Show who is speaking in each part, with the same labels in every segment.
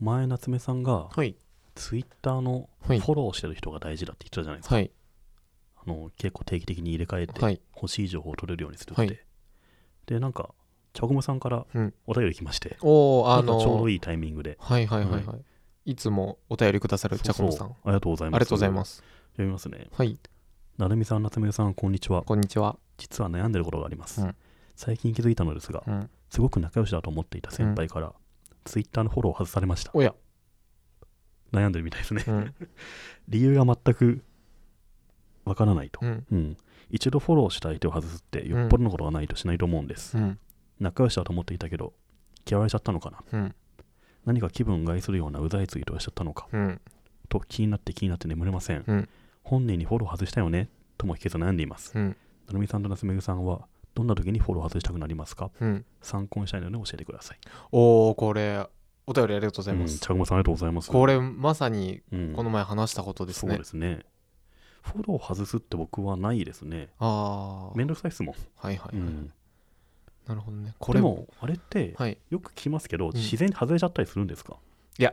Speaker 1: 前夏目さんが
Speaker 2: はい。
Speaker 1: ツイッターのフ
Speaker 2: はい
Speaker 1: ォローしてる人が大事だって言ってたじゃないですか、
Speaker 2: はい。
Speaker 1: あの結構定期的に入れ替えて
Speaker 2: はい。
Speaker 1: 欲しい情報を取れるようにするって、
Speaker 2: はい
Speaker 1: でなんかチャコムさんから
Speaker 2: うん
Speaker 1: お便り来まして、
Speaker 2: おお、
Speaker 1: な
Speaker 2: あ
Speaker 1: んか
Speaker 2: の
Speaker 1: ちょうど
Speaker 2: いい。
Speaker 1: いいタイミングで
Speaker 2: はいはいはいはい。いつもお便りくださるチャコムさん。
Speaker 1: そう
Speaker 2: あ
Speaker 1: そうありがとうござい
Speaker 2: り
Speaker 1: ます
Speaker 2: がとうございますす。
Speaker 1: 読みますね
Speaker 2: はい。
Speaker 1: なるみさん夏目さんこんにちは
Speaker 2: こんにちは。
Speaker 1: 実は悩んでることがあります、
Speaker 2: うん
Speaker 1: 最近気づいたのですが
Speaker 2: うん。
Speaker 1: すごく仲良しだと思っていた先輩から、ツイッターのフォローを外されました
Speaker 2: おや。
Speaker 1: 悩んでるみたいですね
Speaker 2: うん。
Speaker 1: 理由が全くわからないと、
Speaker 2: うん。
Speaker 1: うん、一度フォローした相手を外すってよっぽどのことがないとしないと思うんです、
Speaker 2: うん。
Speaker 1: 仲良しだと思っていたけど嫌われちゃったのかな
Speaker 2: うん。
Speaker 1: 何か気分を害するようなうざいツイートをしちゃったのか
Speaker 2: うん。
Speaker 1: と気になって気になって眠れません、
Speaker 2: うん
Speaker 1: 本人にフォロー外したよねとも聞けず悩んでいます
Speaker 2: うん。
Speaker 1: なるみさんとなすめぐさんはどんな時にフォロー外したくなりますか
Speaker 2: うん。
Speaker 1: 参考にしたいので教えてください
Speaker 2: おお、これ、お便りありがとうございま
Speaker 1: うん
Speaker 2: す。
Speaker 1: 茶駒さんありがとうございます
Speaker 2: これ、まさに、
Speaker 1: うん
Speaker 2: この前話したことです
Speaker 1: そう
Speaker 2: ね
Speaker 1: で。すねフォロー外すって僕はないですね
Speaker 2: ああ。
Speaker 1: めんどくさいですもん、
Speaker 2: はいは
Speaker 1: う
Speaker 2: いはい。
Speaker 1: ん
Speaker 2: なるほどね。こ
Speaker 1: で
Speaker 2: れも。
Speaker 1: もあれって
Speaker 2: はい。
Speaker 1: よく聞きますけど、
Speaker 2: ん
Speaker 1: 自然に外れちゃったりするんですか
Speaker 2: いや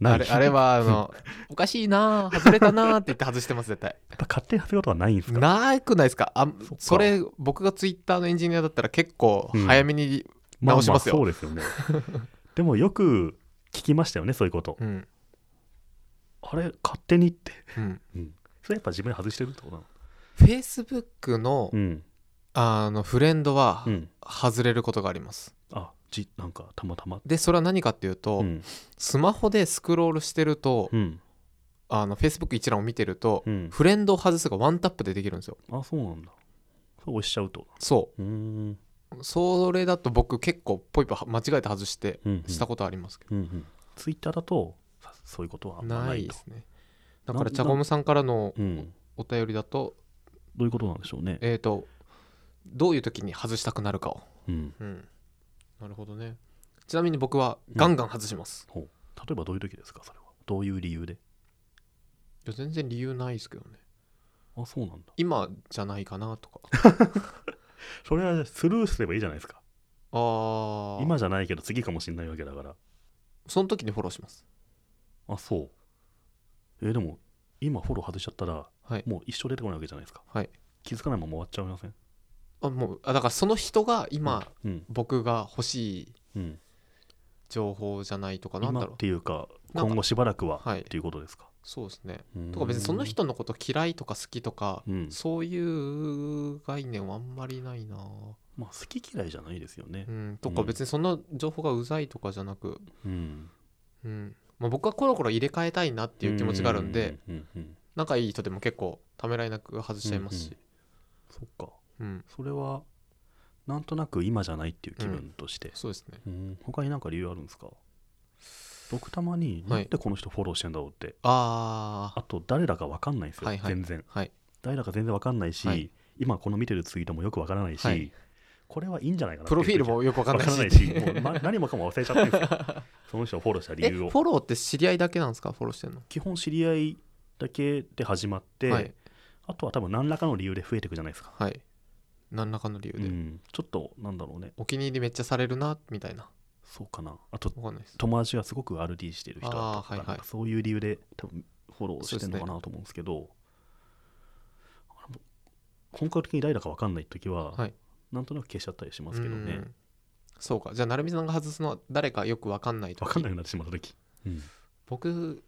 Speaker 1: ない
Speaker 2: あれあれは、あの、おかしいなー外れたなーって言って外してます、絶対。
Speaker 1: やっぱ勝手に外れることはないんですか
Speaker 2: なくないですかあ
Speaker 1: そっか
Speaker 2: それ僕がツイッターのエンジニアだったら結構早めに、
Speaker 1: まあ
Speaker 2: 直しますよ
Speaker 1: あそうですよね でもよく聞きましたよねそういうこと
Speaker 2: うんうん
Speaker 1: あれ勝手にって
Speaker 2: うん、
Speaker 1: それやっぱ自分で外してるってことなの
Speaker 2: Facebook の,、
Speaker 1: うん
Speaker 2: あのフレンドは
Speaker 1: うん
Speaker 2: 外れることがあります、
Speaker 1: あじなんかたまたま
Speaker 2: でそれは何かっていうと、
Speaker 1: うん
Speaker 2: スマホでスクロールしてると、
Speaker 1: うん
Speaker 2: あの Facebook 一覧を見てると、
Speaker 1: うん
Speaker 2: フレンドを外すがワンタップでできるんですよ
Speaker 1: あそうなんだそう押しちゃうと
Speaker 2: そう
Speaker 1: ーん
Speaker 2: うそれだと僕結構ぽいぽい間違えて外して
Speaker 1: うん
Speaker 2: したことありますけ
Speaker 1: うんうんツイッターだとさそういうことはあ
Speaker 2: ど、
Speaker 1: んま
Speaker 2: な
Speaker 1: ないい
Speaker 2: で
Speaker 1: と
Speaker 2: すねだからチャコムさんからの
Speaker 1: うん
Speaker 2: お便りだと
Speaker 1: どういうことなんでしょうね
Speaker 2: えっ、とどういう時に外したくなるかを
Speaker 1: うん
Speaker 2: うん、なるほどねちなみに僕はガンガン外します、
Speaker 1: ほう例えばどういう時ですかそれはどういう理由で
Speaker 2: いや全然理由ないですけどね
Speaker 1: あそうなんだ
Speaker 2: 今じゃないかなと か
Speaker 1: それはスルーすればいいじゃないですか
Speaker 2: ああ
Speaker 1: 今じゃないけど次かもしれないわけだから
Speaker 2: その時にフォローします
Speaker 1: あそうえーでも今フォロー外しちゃったら、
Speaker 2: はい
Speaker 1: もう一生出てこないわけじゃないですか
Speaker 2: はい
Speaker 1: 気づかないまま終わっちゃいません
Speaker 2: あもうあだからその人が今、
Speaker 1: うん
Speaker 2: 僕が欲しい
Speaker 1: うん
Speaker 2: 情報じゃないとかなん
Speaker 1: 今
Speaker 2: だ
Speaker 1: っ
Speaker 2: ろう
Speaker 1: ていうか
Speaker 2: なんか
Speaker 1: 今後しばらくは
Speaker 2: はい
Speaker 1: っていうことですか
Speaker 2: そうですね
Speaker 1: うーん
Speaker 2: とか別にその人のこと嫌いとか好きとか、
Speaker 1: うん
Speaker 2: そういう概念はあんまりないな
Speaker 1: まあ好き嫌いじゃないですよね
Speaker 2: うんとか
Speaker 1: うん
Speaker 2: 別にその情報がうざいとかじゃなく、
Speaker 1: うん
Speaker 2: うんまあ、僕はコロコロ入れ替えたいなっていう気持ちがあるんで、
Speaker 1: うんうんうんうん
Speaker 2: 仲いい人でも結構ためらいなく外しちゃいますし、
Speaker 1: そっか
Speaker 2: うん
Speaker 1: それはなんとなく今じゃないっていう気分として、
Speaker 2: そうですね
Speaker 1: うん他に何か理由あるんですか僕たまに
Speaker 2: は
Speaker 1: ないんでこの人フォローしてんだろうって、
Speaker 2: あ
Speaker 1: あと誰だか分かんないんですよ、
Speaker 2: はいはい
Speaker 1: 全然
Speaker 2: あはい
Speaker 1: 誰だか全然分かんないし、
Speaker 2: はい
Speaker 1: 今この見てるツイートもよく分からないし、
Speaker 2: はい
Speaker 1: これはいいんじゃないかな
Speaker 2: プロフィールもよくわかん
Speaker 1: 分
Speaker 2: な
Speaker 1: か
Speaker 2: いし
Speaker 1: らないしもう、ま、何もかも忘れちゃってるん ですよその人をフォローした理
Speaker 2: え
Speaker 1: 由
Speaker 2: フ
Speaker 1: を
Speaker 2: ォローって知り合いだけなんですかフォローしてんの、
Speaker 1: 基本知り合いだけで始まって、
Speaker 2: はい
Speaker 1: あとは多分何らかの理由で増えていくじゃないですか、
Speaker 2: はい何らかの理由
Speaker 1: う
Speaker 2: で、
Speaker 1: んちょっとなんだろうね
Speaker 2: お気に入りめっちゃされるなみたいな
Speaker 1: そうかなあと
Speaker 2: わかんないです
Speaker 1: 友達がすごく RD してる人だったと
Speaker 2: あーは
Speaker 1: か
Speaker 2: い
Speaker 1: な
Speaker 2: は
Speaker 1: ん
Speaker 2: い
Speaker 1: かそういう理由で多分フォローしてるのかなと思うんですけどあの本格的に誰だか分かんない時は、
Speaker 2: はい
Speaker 1: なんとなく消しちゃったりしますけど
Speaker 2: う
Speaker 1: ね
Speaker 2: んそうかじゃあ成美さんが外すのは誰かよくわかんないと
Speaker 1: 分かんなくなってしまった時、うん、
Speaker 2: 僕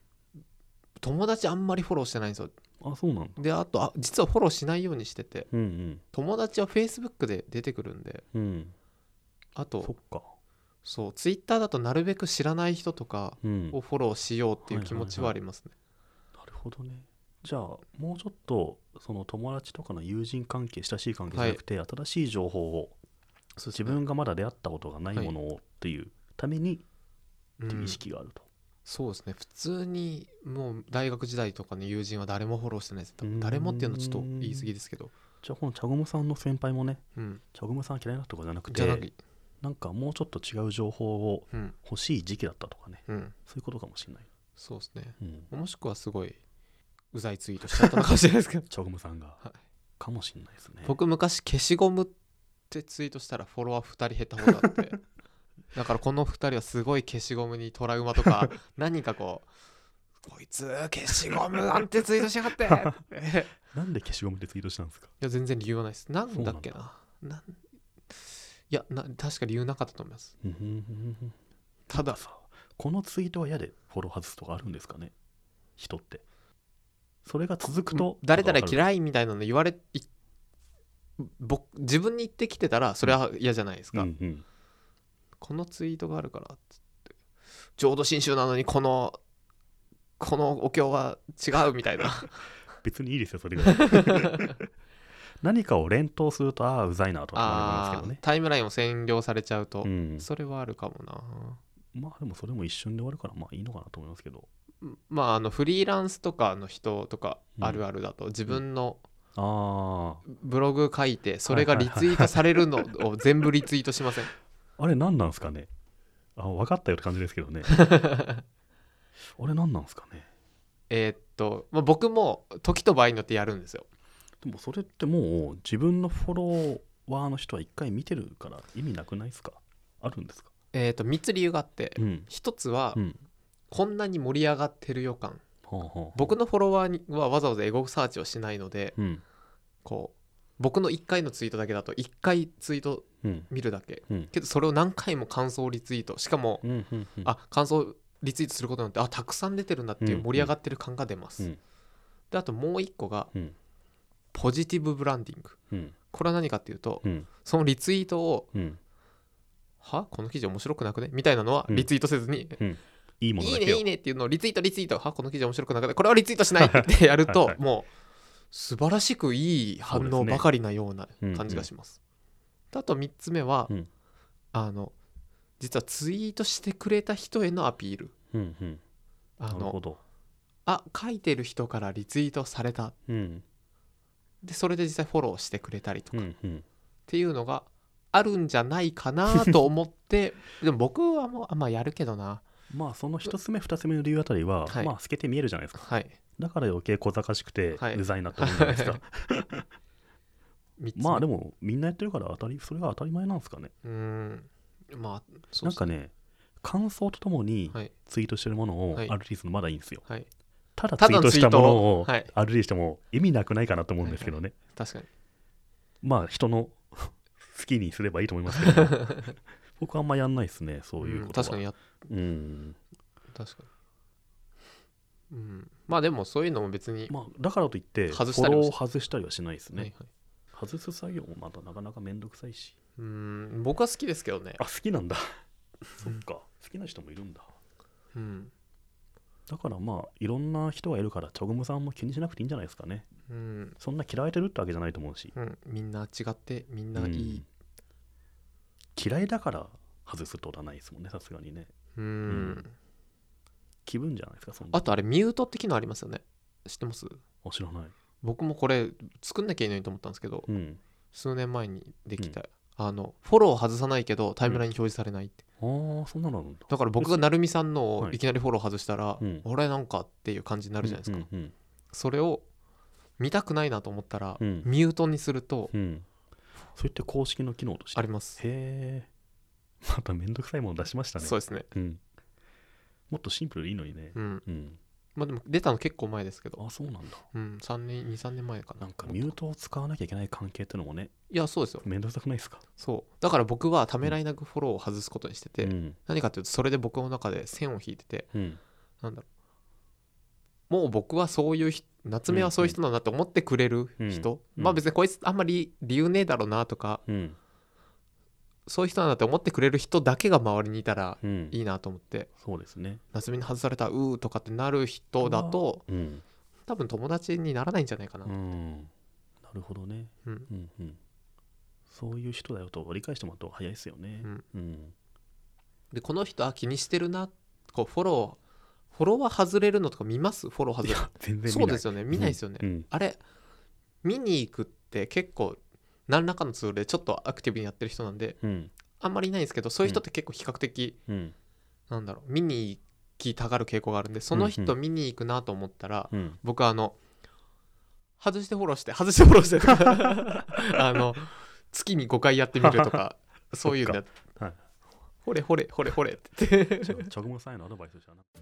Speaker 2: 友達あんまりフォローしてないんですよ
Speaker 1: あそうなんだ
Speaker 2: であとあ実はフォローしないようにしてて
Speaker 1: うん
Speaker 2: 友達は Facebook で出てくるんで
Speaker 1: うんうん
Speaker 2: あ
Speaker 1: そ
Speaker 2: と
Speaker 1: っか
Speaker 2: そうツイッターだとなるべく知らない人とか
Speaker 1: うんなる
Speaker 2: をフォローしようっていう気持ちはありますね。
Speaker 1: ほどねじゃあもうちょっとその友達とかの友人関係親しい関係じゃなくて、新しい情報を自分がまだ出会ったことがない
Speaker 2: はい
Speaker 1: ものをっていうために
Speaker 2: う
Speaker 1: っていうん意識があると、
Speaker 2: そうですね普通にもう大学時代とかの友人は誰もフォローしてないです
Speaker 1: うん
Speaker 2: 誰もっていうのはちょっと言い過ぎですけど、
Speaker 1: じゃあこのチャゴムさんの先輩もね
Speaker 2: うん、
Speaker 1: チャゴムさん嫌いなとかじゃなくて
Speaker 2: じゃなく
Speaker 1: なんかもうちょっと違う情報を
Speaker 2: うん
Speaker 1: 欲しい時期だったとかね
Speaker 2: うん
Speaker 1: そういうことかもしれない、
Speaker 2: そうですね
Speaker 1: うん、
Speaker 2: もしくはすごいうざいツイートしちゃったのかもしれないですけど
Speaker 1: チャゴムさんが、
Speaker 2: はい
Speaker 1: かもしれないですね
Speaker 2: 僕昔消しゴムってツイートしたらフォロワー2人減ったことあってだからこの2人はすごい消しゴムにトラウマと か何かこう「こいつ消しゴムなんてツイートしや がって!」って
Speaker 1: なんで消しゴムでツイートしたんですか
Speaker 2: いや全然理由はないですなんだっけ
Speaker 1: そう
Speaker 2: ななんいやな確か理由なかったと思います
Speaker 1: うんうんうんうん
Speaker 2: ただ
Speaker 1: さこのツイートは嫌でフォロー外すとかあるんですかね人ってそれが続くと
Speaker 2: 誰々
Speaker 1: い
Speaker 2: 嫌いみたいなの言われい僕自分に言ってきてたらそれは嫌じゃないですか、
Speaker 1: うんうん
Speaker 2: このツイートがあるからっつって浄土真宗なのにこのこのお経は違うみたいな
Speaker 1: 別にいいですよそれぐらい何かを連投するとああうざいな とは
Speaker 2: あ
Speaker 1: 思いますけど
Speaker 2: ー
Speaker 1: ね
Speaker 2: タイムラインを占領されちゃうと、
Speaker 1: うん、
Speaker 2: それはあるかもな
Speaker 1: まあでもそれも一瞬で終わるからまあいいのかなと思いますけど
Speaker 2: まああのフリーランスとかの人とか
Speaker 1: うん
Speaker 2: あるあるだと自分の
Speaker 1: あ
Speaker 2: ブログ書いてそれがリツイートされるのを全部リツイートしま せん
Speaker 1: ああれ何なんですかねあ分かったよって感じですけど ねあれ何なんですかね
Speaker 2: えーっと、まあ、僕も時と場合によってやるんですよ
Speaker 1: でもそれってもう自分のフォロワーの人は一回見てるから意味なくないですかあるんですか
Speaker 2: えーっと3つ理由があって
Speaker 1: うん、
Speaker 2: 1つは
Speaker 1: うん、
Speaker 2: こんなに盛り上がってる予感
Speaker 1: はあはあはあ
Speaker 2: 僕のフォロワーにはわざわざエゴサーチをしないので
Speaker 1: うん
Speaker 2: こう僕の1回のツイートだけだと1回ツイート
Speaker 1: うん
Speaker 2: 見るだけ
Speaker 1: うん
Speaker 2: けどそれを何回も感想をリツイートしかも
Speaker 1: うんうんうん
Speaker 2: あ感想リツイートすることによってあたくさん出てるんだっていう
Speaker 1: うん
Speaker 2: 盛り上がってる感が出ます、
Speaker 1: うん
Speaker 2: であともう一個が
Speaker 1: うん
Speaker 2: ポジティブブランディング
Speaker 1: うん
Speaker 2: これは何かっていうと
Speaker 1: うん
Speaker 2: そのリツイートを
Speaker 1: うん
Speaker 2: はこの記事面白くなくねみたいなのは
Speaker 1: うん
Speaker 2: リツイートせずに、
Speaker 1: いいもの
Speaker 2: い
Speaker 1: だ
Speaker 2: い
Speaker 1: け
Speaker 2: ね
Speaker 1: よ
Speaker 2: いいねっていうのをリツイートリツイートはこの記事面白くなくねこれはリツイートしないって言ってやると
Speaker 1: はいはい
Speaker 2: もう素晴らしくいい反応ばかりなような感じがします。であと3つ目は、
Speaker 1: うん
Speaker 2: あの実はツイートしてくれた人へのアピール
Speaker 1: うんうん
Speaker 2: あ
Speaker 1: なるほ
Speaker 2: の
Speaker 1: ど
Speaker 2: あ書いてる人からリツイートされた
Speaker 1: うん
Speaker 2: でそれで実際フォローしてくれたりとか、
Speaker 1: う
Speaker 2: っ
Speaker 1: んうん
Speaker 2: ていうのがあるんじゃないかなと思って でも僕はもうあまあやるけどな
Speaker 1: まあその一つ目二つ目の理由あたりは、
Speaker 2: はい
Speaker 1: まあ透けて見えるじゃないですか
Speaker 2: はい
Speaker 1: だから余計小賢しくて
Speaker 2: はいう
Speaker 1: ざいなと思うんじゃないです か、
Speaker 2: 3つ目
Speaker 1: まあでもみんなやってるから当たりそれが当たり前なんですかね
Speaker 2: うーんまあそ
Speaker 1: な
Speaker 2: う
Speaker 1: ん
Speaker 2: です
Speaker 1: かね感想とともに
Speaker 2: はい
Speaker 1: ツイートしてるものを
Speaker 2: はい
Speaker 1: アルリスのまだいいんですよ、
Speaker 2: はい
Speaker 1: ただ
Speaker 2: た
Speaker 1: ツイ
Speaker 2: だ
Speaker 1: ー
Speaker 2: の
Speaker 1: ト
Speaker 2: ツ
Speaker 1: し
Speaker 2: イ
Speaker 1: た
Speaker 2: ー
Speaker 1: も
Speaker 2: トを
Speaker 1: のを
Speaker 2: はい
Speaker 1: アルリしても意味なくないかなと思うんですけどね、
Speaker 2: 確かに
Speaker 1: まあ人の好きにすればいいと思いますけど、 僕はあんまやんないですねそういう
Speaker 2: うん
Speaker 1: ことは
Speaker 2: 確かにや
Speaker 1: うん
Speaker 2: 確かにうんまあでもそういうのも別に、
Speaker 1: まあ、だからといってフ
Speaker 2: 外した
Speaker 1: ォ
Speaker 2: り
Speaker 1: ロ
Speaker 2: は
Speaker 1: ーを外したりはしないです
Speaker 2: はいはい
Speaker 1: ね、外す作業もまたなかなかめんどくさいし
Speaker 2: うーん僕は好きですけどね
Speaker 1: あ好きなんだそっか好きな人もいるんだ
Speaker 2: うん
Speaker 1: だからまあいろんな人がいるからチョグムさんも気にしなくていいんじゃないですかね
Speaker 2: うん、
Speaker 1: そんな嫌われてるってわけじゃないと思うし、
Speaker 2: うん、みんな違ってみんないい
Speaker 1: 嫌いだから外すってことはないですもんねさすがにね
Speaker 2: うん
Speaker 1: ん気分じゃないですかそんな
Speaker 2: あとあれミュートって機能ありますよね知ってます
Speaker 1: あ知らない
Speaker 2: 僕もこれ作んなきゃいけないと思ったんですけど
Speaker 1: うん
Speaker 2: 数年前にできた、あのフォロー外さないけどタイムラインに表示されないって、
Speaker 1: ああそんなのあるんだ
Speaker 2: だから僕が成美さんのを
Speaker 1: はい
Speaker 2: いきなりフォロー外したら、
Speaker 1: うん
Speaker 2: 俺なんかっていう感じになるじゃないですか、
Speaker 1: うんうん
Speaker 2: それを見たくないなと思ったら、
Speaker 1: うん
Speaker 2: ミュートにすると
Speaker 1: うん、うんそういった公式の機能として
Speaker 2: あ
Speaker 1: へ
Speaker 2: ります、
Speaker 1: えまためんどくさいもの出しましたね
Speaker 2: そうですね
Speaker 1: うん、もっとシンプルでいいのにね
Speaker 2: うん
Speaker 1: うん、
Speaker 2: まあでも出たの結構前ですけど、
Speaker 1: あそうなんだ
Speaker 2: うん、3年23年前か
Speaker 1: な
Speaker 2: な
Speaker 1: んかミュートを使わなきゃいけない関係ってのもね
Speaker 2: いやそうですよ
Speaker 1: めんどくさくないですか
Speaker 2: そうだから僕はためらいなくフォローを外すことにしてて、
Speaker 1: うん
Speaker 2: 何かっていうとそれで僕の中で線を引いてて
Speaker 1: うん、
Speaker 2: なんだろうもう僕はそういうひ夏目はそういう人なんだって思ってくれる人、
Speaker 1: うん
Speaker 2: まあ別にこいつあんまり理由ねえだろうなとか
Speaker 1: うん
Speaker 2: そういう人なんだって思ってくれる人だけが周りにいたら
Speaker 1: うん、
Speaker 2: いいなと思って
Speaker 1: そうですね
Speaker 2: 夏目に外されたうーとかってなる人だと
Speaker 1: うん、
Speaker 2: 多分友達にならないんじゃないかな、
Speaker 1: うん、なるほどね
Speaker 2: うん
Speaker 1: うんうんそういう人だよと理解してもらうと早いですよね
Speaker 2: うん
Speaker 1: うん
Speaker 2: でこの人は気にしてるなこうフォローフォロワー外れるのとか見ますフォロー外
Speaker 1: い
Speaker 2: れ
Speaker 1: や全然見ない
Speaker 2: そうですよね見ないですよね、
Speaker 1: うん
Speaker 2: あれ見に行くって結構何らかのツールでちょっとアクティブにやってる人なんで
Speaker 1: うん
Speaker 2: あんまりいないんですけどそういう人って結構比較的、
Speaker 1: うん
Speaker 2: なんだろう見に行きたがる傾向があるんでその
Speaker 1: うんう
Speaker 2: 人見に行くなと思ったら、
Speaker 1: うん
Speaker 2: 僕はあの外してフォローして外してフォローしてと かあの月に5回やってみるとかそういうのや
Speaker 1: はい
Speaker 2: ほれほれほれほれって言って
Speaker 1: ちょ、ちょぐまさんへのアドバイスじゃなくて